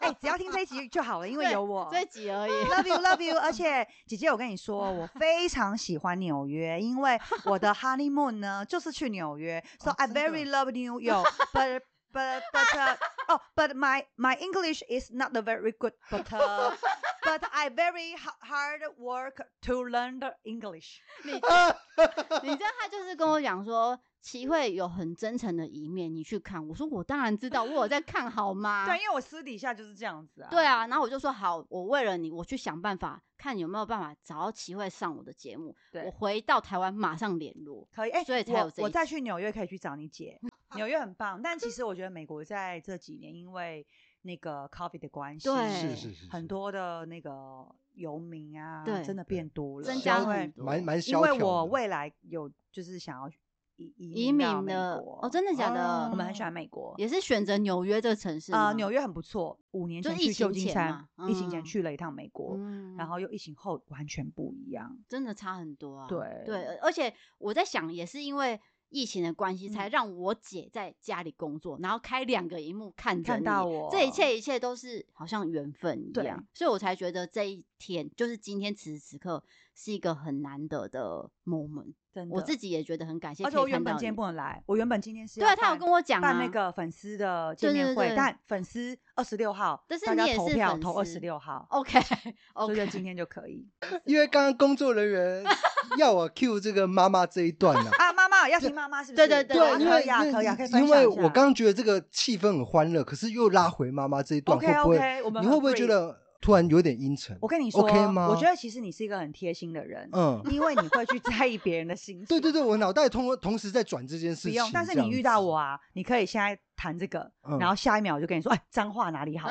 哎、只要听这一集就好了，因为对有我。这集而已。 Love you, love you！而且姐姐，我跟你说，我非常喜欢纽约，因为我的 honeymoon 呢就是去纽约。So 哦 I 真的 very love New York, but but but uh, oh, but my my English is not a very good, but uh, but I very ha- hard work to learn the English. 你知道他就是跟我讲说，齐慧有很真诚的一面，你去看。我说我当然知道，我有在看，好吗？对，因为我私底下就是这样子啊。啊对，啊，然后我就说好，我为了你，我去想办法，看有没有办法找到齐慧上我的节目。对我回到台湾马上联络。可以，哎、所以才有我这我一再去纽约可以去找你 姐，纽约很棒。但其实我觉得美国在这几年因为那个 COVID 的关系，对是是是是很多的那个游民啊，对真的变多了，增加因很为多蛮蛮因萧条为的。我未来有就是想要移移民到民美的国嗯哦，真的假的？我们很喜欢美国。也是选择纽约这个城市啊，纽约，约很不错。五年就前疫去旧情金前山嘛，疫情前嗯去了一趟美国，嗯然后又疫情后完全不一样。真的差很多啊。对对，而而且我在想，也是因为疫情的关系，嗯才让我姐在家里工作，然后开两个荧幕看着看你到我这一切一切都是好像缘分一对样，所以我才觉得这一天就是今天此时此刻是一个很难得的 moment。真的，我自己也觉得很感谢，而且可以我原看本到今天你不能来，我原本今天是对啊，他有跟我。跟我讲啊办那个粉丝的对见对面会对，但粉丝二十六号，但是大你也家投是票粉投二丝十六号， OK 所以就 OK，今天就可以 因为刚刚工作人员 要我 cue 这个妈妈这一段呢、啊。妈妈要听妈妈是不对是？对对对啊对啊，因可为以啊，可以啊，可以分因享为一我下刚刚觉得这个气氛很欢乐，可是又拉回妈妈这一段 OK 会不会 OK，我们你会不会很觉 free 得突然有点阴沉？我跟你说 OK 吗我觉得其实你是一个很贴心的人，嗯，因为你会去在意别人 的心情。对对对，我脑袋同同时在转这件事不情用，。但是这你样遇到子我，啊，你可以现在谈这个，嗯然后下一秒我就跟你说，哎，脏话哪里 好？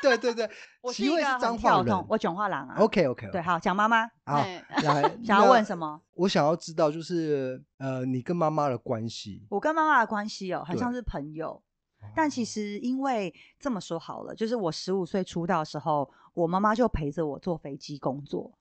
对对对，我是齐一慧个是很脏跳话人动，我讲话郎啊。 OK OK，对，好，讲妈妈好，对哦来， 想要那问什么？我想要知道就是呃，你跟妈妈的关系，我跟妈妈的关系哦，很对像是朋友。但其实因为这么说好了，就是我十五岁出道的时候，我妈妈就陪着我坐飞机工作。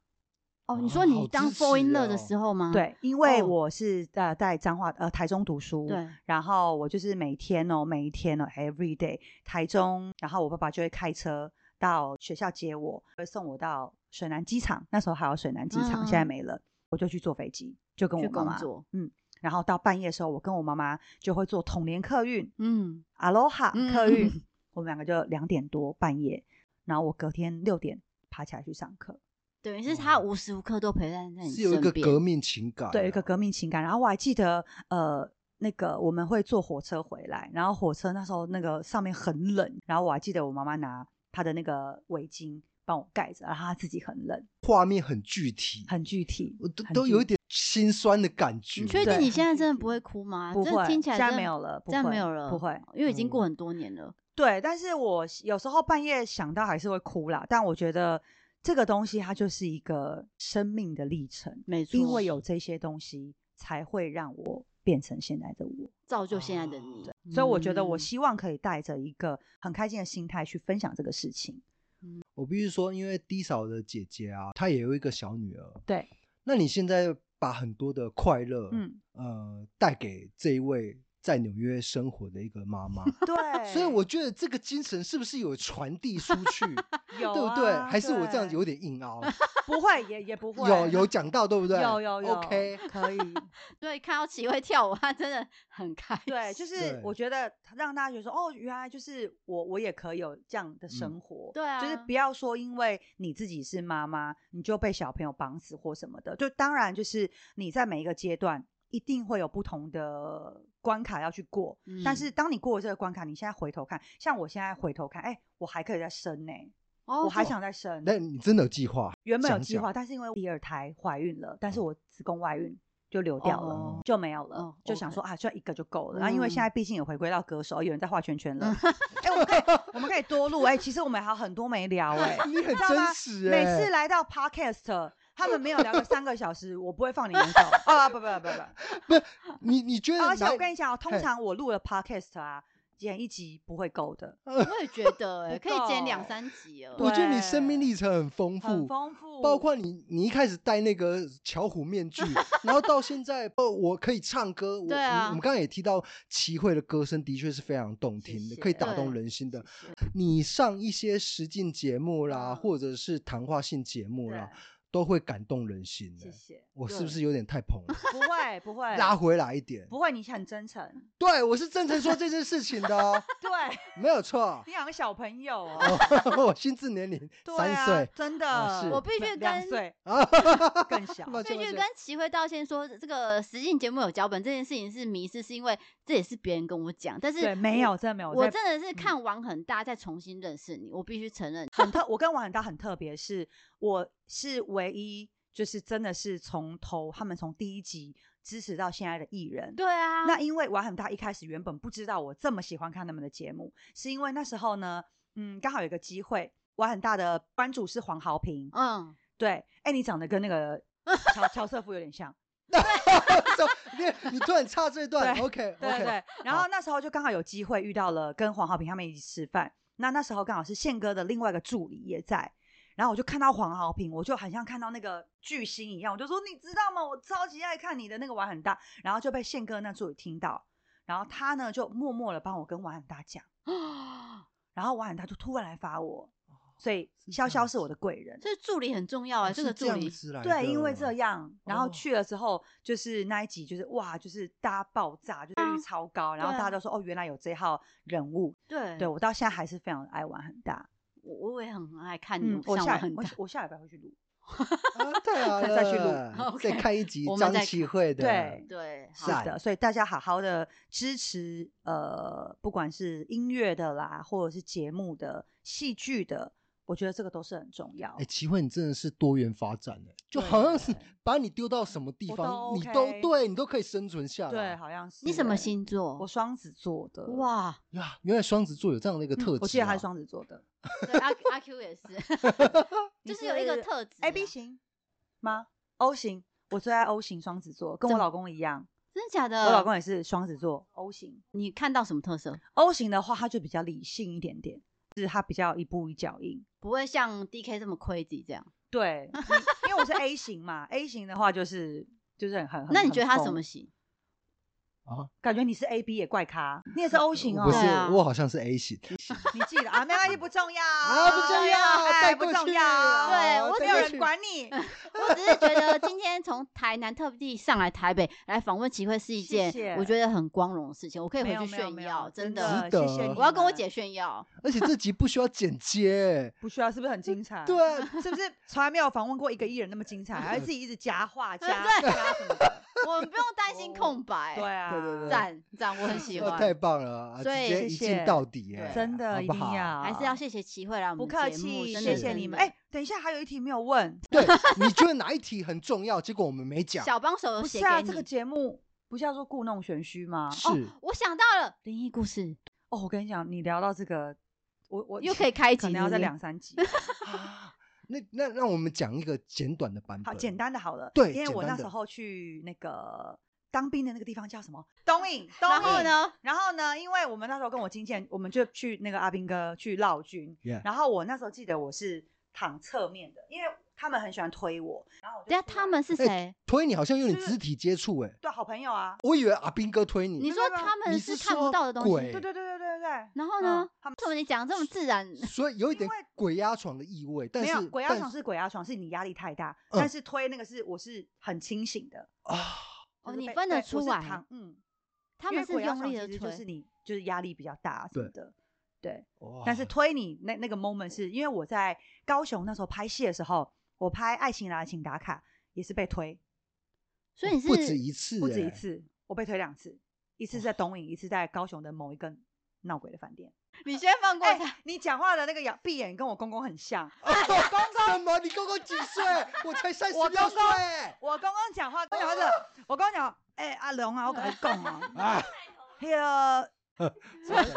哦，你哦说好你当支 f o r i 持 g n e r 的哦时候吗？对，因为哦我是呃在彰化呃台中读书，对，然后我就是每天哦每一天哦 every day 台中，然后我爸爸就会开车到学校接我，会送我到水南机场，那时候还有水南机场，嗯现在没了，我就去坐飞机，就跟去我妈工妈，作嗯，然后到半夜的时候，我跟我妈妈就会坐统联客运，嗯，阿罗哈嗯客运，我们两个就两点多半夜，然后我隔天六点爬起来去上课，等于是他哦无时无刻都陪在在你是有一身个边革命情感啊，对，有一个革命情感。然后我还记得，呃，那个我们会坐火车回来，然后火车那时候那个上面很冷，然后我还记得我妈妈拿她的那个围巾帮我盖着，然后她自己很冷，画面很具体，很具体，我都很都具有一体点心酸的感觉。你确定对你很现在具真的体不会哭吗？不这会，听起来现在真没的有了，不现在会没有了，不会。，因为已经过嗯很多年了。对，但是我有时候半夜想到还是会哭啦。但我觉得这个东西它就是一个生命的历程，没错，因为有这些东西，才会让我变成现在的我。造就现在的你，哦所以我觉得，我嗯希望可以带着一个很开心的心态去分享这个事情。我必须说，因为低嫂的姐姐啊，她也有一个小女儿。对，那你现在把很多的快乐，嗯，呃，带给这一位在纽约生活的一个妈 妈，对，所以我觉得这个精神是不是有传递出去，有、啊，对不对？还是我这样有点硬 凹？不会，也也不会，有有讲到对不对？有有有 OK，可以，所以看到齐慧跳舞，他真的很开心。对，就是对我觉得让大家觉得说，哦，原来就是我，我也可以有这样的嗯生活。对啊，就是不要说因为你自己是妈妈，你就被小朋友绑死或什么的。就当然就是你在每一个阶段一定会有不同的关卡要去过，但嗯是当你过了这个关卡，你现在回头看，像我现在回头看，哎、我还可以再生呢、哦我还想再生。 那你真的有计 划？原本有想计讲划，但是因为第二胎怀孕了，但是我子宫外孕就流掉了，哦就没有了，哦就想 OK 说啊，就一个就够了。然后因为现在毕竟也回归到歌手，有人在画圈圈了。 哎、我们可以我们可以多录哎、其实我们还有很多 没聊哎、你很知道吗真实每哎、次来到 podcast，他们没有聊个三个小时，我不会放你们走啊！不不不不不！你你觉得哪？而且我跟你讲哦，通嘿常我录了 podcast 啊，剪一集不会够的，我也觉得、欸，不可以剪够两三集了。我觉得你生命对历程很丰富，很丰富，包括你，你一开始戴那个巧虎面 具，然后到现在，哦，我可以唱歌。我对我们啊我们刚才也提到齐慧的歌声的确是非常动谢听的，可以谢打动对人心的。是你上一些实境节目啦，嗯或者是谈话性节目对啦，，都会感动人心的谢。谢。我是对不是有点太捧了？ 不会不会 拉回来一点，不会，你很真诚，对我是真诚说这件事情的哦，对没有 错。你好像小朋友哦，哦我心智年龄对三啊 岁 真的，啊是我必须没两跟 岁啊，更 小，抱所以歉抱就歉跟齐慧道歉说，这个实境节目有脚本这件事情是迷失，是因为这也是别人跟我讲，但对，是没有，真的没有，我，在我真的是嗯看完很大，再重新认识你，我必须承认。很特，我跟王很大很特别，是我是唯一，就是真的是从头他们从第一集支持到现在的艺人。对啊，那因为玩很大一开始原本不知道我这么喜欢看他们的节目，是因为那时候呢，嗯，刚好有一个机会，玩很大的班主是黄豪平，嗯， 对，哎、你长得跟那个 乔乔瑟夫有点像，走你你突然插这段对，OK 对对 OK，对。然后那时候就刚好有机会遇到了跟黄浩平他们一起吃饭，那那时候刚好是宪哥的另外一个助理也在。然后我就看到黄豪平，我就很像看到那个巨星一样，我就说你知道吗？我超级爱看你的那个玩很大，然后就被宪哥那助理听到，然后他呢就默默的帮我跟玩很大讲，然后玩很大就突然来发我，所以哦是这潇潇样是我的贵人，这助理很重要啊、哦这是个助样理子来对，因为的这样，然后哦去了之后，就是那一集就是哇，就是大家爆炸，就是率超高，然后对大啊家都说哦，原来有这号人物。对，对我到现在还是非常爱玩很大，我我也很爱看你嗯，我上下网很我大下，我下礼拜会去录。啊，太好再了，再去录再 OK 看一集我们张再启看慧的，对，对，是是好，啊的，所以大家好好的支持，呃，不管是音乐的啦，或者是节目的、戏剧的，我觉得这个都是很重要。哎，启慧你真的是多元发展的，就好像是对把你丢到什么地我方，都你都 OK 对你都可以生存下对，来。好像是。你什么哎？星座？我双子座的。 哇，呀，原来双子座有这样的一个嗯，特质啊，我记得他是双子座的对阿阿 Q 也是， 你就是有一个是特质啊、 ，A B 型吗？O 型，我最爱 O 型双子座，跟我怎嗯老公一样，真的假的？我老公也是双子座 O 型。你看到什么特色？ O 型的话，他就比较理性一点点，就是他比较一步一脚印。不会像 D K 这么 crazy 这样。对，你因为我是 A 型嘛，A 型的话就是就是很很。那你很觉得他什疯么？型？啊，感觉你是 A B 也 怪咖，你也是 O 型哦。不是对啊，我好像是 A 型，你记得啊，没关系，不 重要啊不重要哎带不过重去要，对我没只有是人 管你。我只是觉得今天从台南特地上来台北来访问齐慧是一件谢谢我觉得很光荣的事情，我可以回没有去没有炫没耀，有，真值的。得谢谢你我要跟我们姐炫 ，耀，而且这集不需要剪接不需要，是不是很精彩？对啊，是不是从来没有访问过一个艺人那么精 彩，还自己一直加话加对加什么的？我们不用担心空白。 对，啊，对对对赞赞，我很 喜那欢。太棒了啊，直所以接谢一谢镜到底，哎，对真好的不一定好啊要，还是要谢谢齐慧来我不们客节目，气，真谢的谢真你们。的哎，等一下还有一题没有问，对，你觉得哪一题很重要？结果我们没 讲，小帮手有不写是啊，给这个你。节目不是要说故弄玄虚吗？是我想到了灵异故事，哦，我跟你讲，你聊到这个，我我又可以开一可集，能要对再不对两 三集。啊， 那那让我们讲一个简短的版好，本，简单的好了。对因为简我那单时的候去那个当兵的那个地方叫什么？东影。东然后影？呢，然后呢，因为我们那时候跟我经纪人，我们就去那个阿兵哥去绕军。 Yeah 然后我那时候记得我是躺侧面的，因为他们很喜欢推我。然后我就等下出啊来他们是哎谁？推你好像有点就是肢体接触哎、对好朋友啊，我以为阿斌哥推你，你说他们你是是看不说到的东西，鬼对对对对对对。然后嗯呢？他为什么你讲得这么自然？所以有一因点为鬼压床的意味，但没有是鬼压但床是鬼压床，是你压力太大。嗯但是推那个是我是很清醒的。啊，哦，就是你被分得对出我是来，躺嗯，他因们为是鬼压用床力其的实推，就是你就是压力比较大什么的。对，哇但是推你那那个 moment 是因为我在高雄那时候拍戏的时候，我拍《爱情来了请打卡》也是被推，所以 你不止是一次、欸不止一，次，我被推两次，一次在东影，一次在高雄的某一个闹鬼的饭店。你先放过哎、他，你讲话的那个眼闭眼跟我公公很像，哦、 公公什么？你公公几岁？我才三十我六公岁公 我公公讲话，我讲话是，我公公讲，哎、阿龙啊，我跟你讲啊， 啊！那个。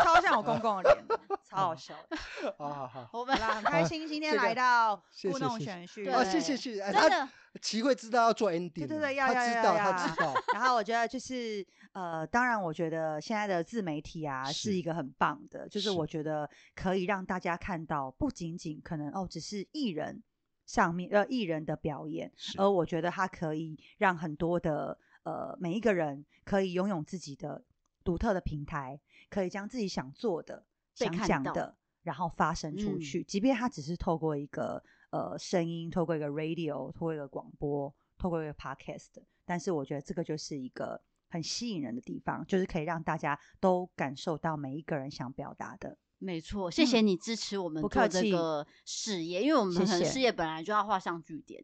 超像我公公的脸的，超好笑的。好好好。我们好啦，很开心今天来到这个故谢弄谢玄虚，对啊，谢谢谢谢，哎真的他齐慧知道要做 ending，对对了对要他要知要道要他知 道，然后我觉得就是呃，当然我觉得现在的自媒体啊是是一个很棒的，就是是我觉得可以让大家看到，不仅仅可能哦只是艺人上面呃艺人的表演，是而我觉得它可以让很多的呃每一个人可以拥有自己的独特的平台，可以将自己想做的、被想看讲到的，然后发声出嗯去，即便它只是透过一个呃声音，透过一个 radio，透过一个广播，透过一个 podcast，但是我觉得这个就是一个很吸引人的地方，就是可以让大家都感受到每一个人想表达的。没 错，谢谢嗯你支持我们不做客这气个事业，因为我们谢可能谢事业本来就要画上句点，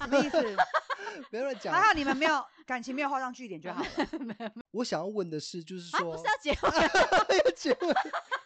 什么意思？没有人讲 还。好你们没有感情没有画上句点就好了。我想要问的是，就是啊，说 不是，要结 婚要结婚，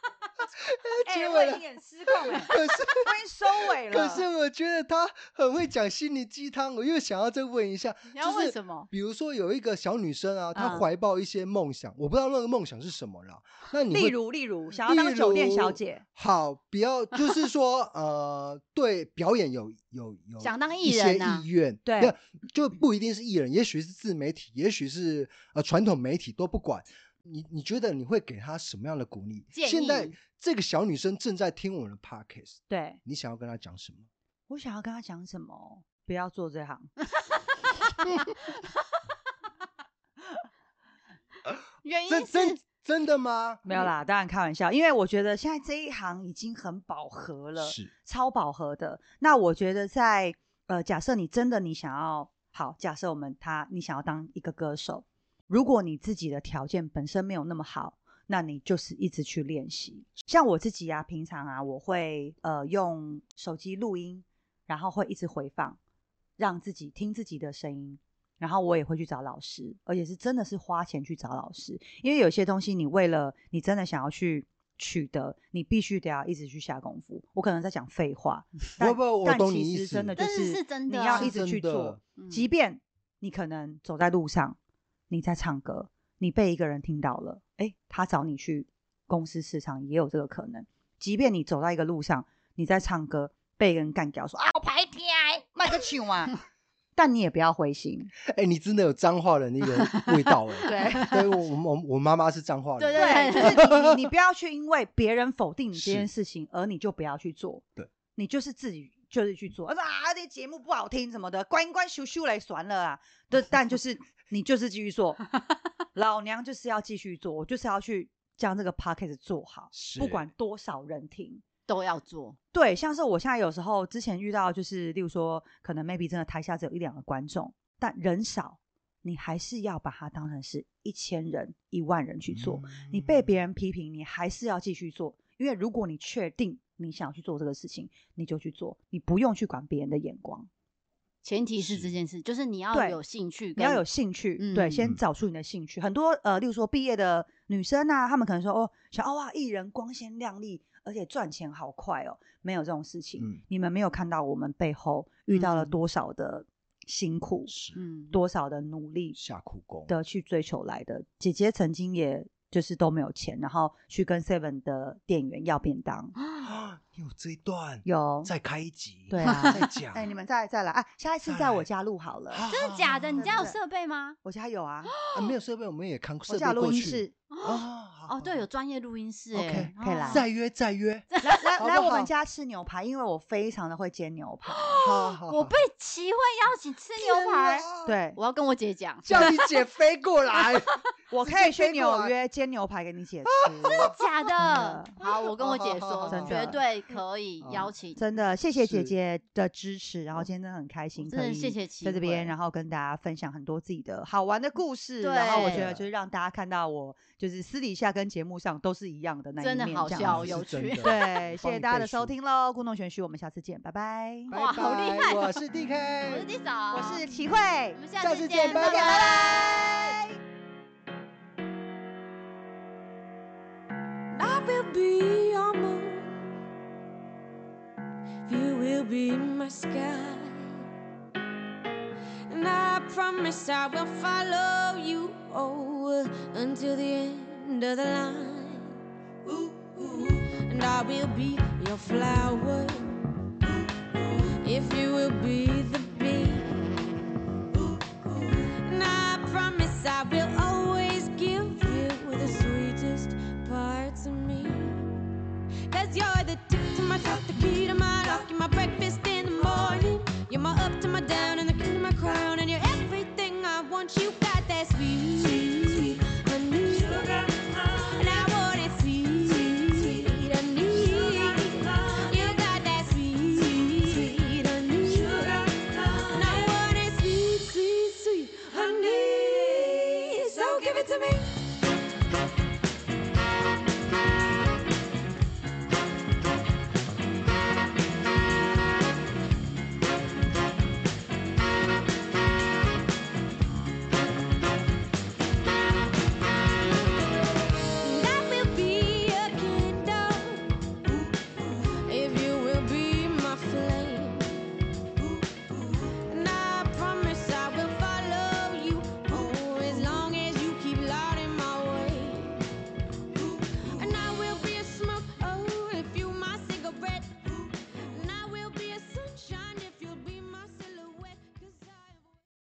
哎、结我尾已了经点失控哎、可是我已经收尾可了。是我觉得他很会讲心灵鸡汤，我又想要再问一下，你要问就是什么？比如说有一个小女生啊，她嗯怀抱一些梦想，我不知道那个梦想是什么啦。那你会例如，例如想要当酒店小姐，好，不要就是 说呃，对表演有有有想当艺一些人啊意愿，对那就不一定是艺人，也许是自媒体，也许是呃传统媒体都不管。你你觉得你会给她什么样的鼓励？建现在议这个小女生正在听我们的 podcast，对你想要跟她讲什么？我想要跟她讲什么？不要做这行。原因真是真真的吗？没有啦，当然开玩笑，因为我觉得现在这一行已经很饱和了，是超饱和的。那我觉得在呃，假设你真的你想要好，假设我们他你想要当一个歌手，如果你自己的条件本身没有那么好，那你就是一直去练习。像我自己啊，平常啊，我会呃用手机录音，然后会一直回放，让自己听自己的声音。然后我也会去找老师，而且是真的是花钱去找老师，因为有些东西你为了你真的想要去取得，你必须得要一直去下功夫。我可能在讲废话，但嗯不不我但懂其你意实思真的就但是是真的你啊要是一直去真的做，嗯即便你可能走在路上，你在唱歌，你被一个人听到了，诶，他找你去公司市场也有这个可能。即便你走到一个路上，你在唱歌，被一个人干掉说啊，我排天，卖个球啊， 但你也不要灰心，哎、你真的有脏话的那个味道哎、 对。 对，我我我我妈妈是脏话人，对对对，就是你你你不要去因为别人否定你这件事情，而你就不要去做。对，你就是自己就是去做。啊，这节目不好听什么的，关一关修修来算了啊。对，但就是你就是继续做，老娘就是要继续做，我就是要去将这个 p o c k e t 做好，是不管多少人听。都要做，对，像是我现在有时候之前遇到，就是例如说，可能 maybe 真的台下只有一两个观众，但人少，你还是要把它当成是一千人、一万人去嗯做。你被别人批评，你还是要继续做，因为如果你确定你想要去做这个事情，你就去做，你不用去管别人的眼光，前提是是这件事，就是你要对有兴趣，你要有兴趣，对，嗯先找出你的兴趣。很多呃，例如说毕业的女生啊，她们可能说哦，想哦哇，艺人光鲜亮丽，而且赚钱好快哦，没有这种事情。嗯你们没有看到我们背后遇到了嗯多少的辛苦，是嗯，多少的努力，下苦功的去追求来的。姐姐曾经也就是都没有钱，然后去跟 Seven 的店员要便当，啊啊你有这一段，有再开一集，对 啊再讲。 哎，你们再再来啊！下一次再在我来家录好了，啊真的假的？你对家有对设备吗？我家有啊，啊没有设备，我们也扛设我备家有录过音去室，啊。哦，对，有专业录音室哎、 OK，哦可以啦再约再 约，来来好来，不我们好家吃牛排，因为我非常的会煎牛排。好好 啊我被齐慧邀请吃牛排，，对，我要跟我姐讲，真叫你姐飞过 来，我直可以接去飞过纽来约煎牛排给你姐的吃。假的真？好，我跟我姐说，真的哦绝对可以嗯邀请。真的，谢谢姐是姐的支持，然后今天真的很开心，真可的以谢谢齐在这边，慧然后跟大家分享很多自己的好玩的故事，然后我觉得对就是让大家看到我就是私底下跟节目上都是一样的那一真面，的好这样笑子有 是真趣的 帮对，谢谢你大家背的收书听喽，故弄玄虚，我们下次见，拜拜。哇好厉害！我是 DK，我是 D 嫂，我是齐慧我，们下下次次见见，拜拜拜拜。 I will be your moon. You will be my sky. And I promise I will follow you over until the end of the line. Ooh, ooh. And I will be your flower. If you will be the bee. And I promise I will always give you the sweetest parts of me. Cause you're the tip to my top, the key to my lock, you're my breakfast in the morning. You're my up to my down, and the king to my crown, and you're everything I want. You got that sweet. Oh, Oh,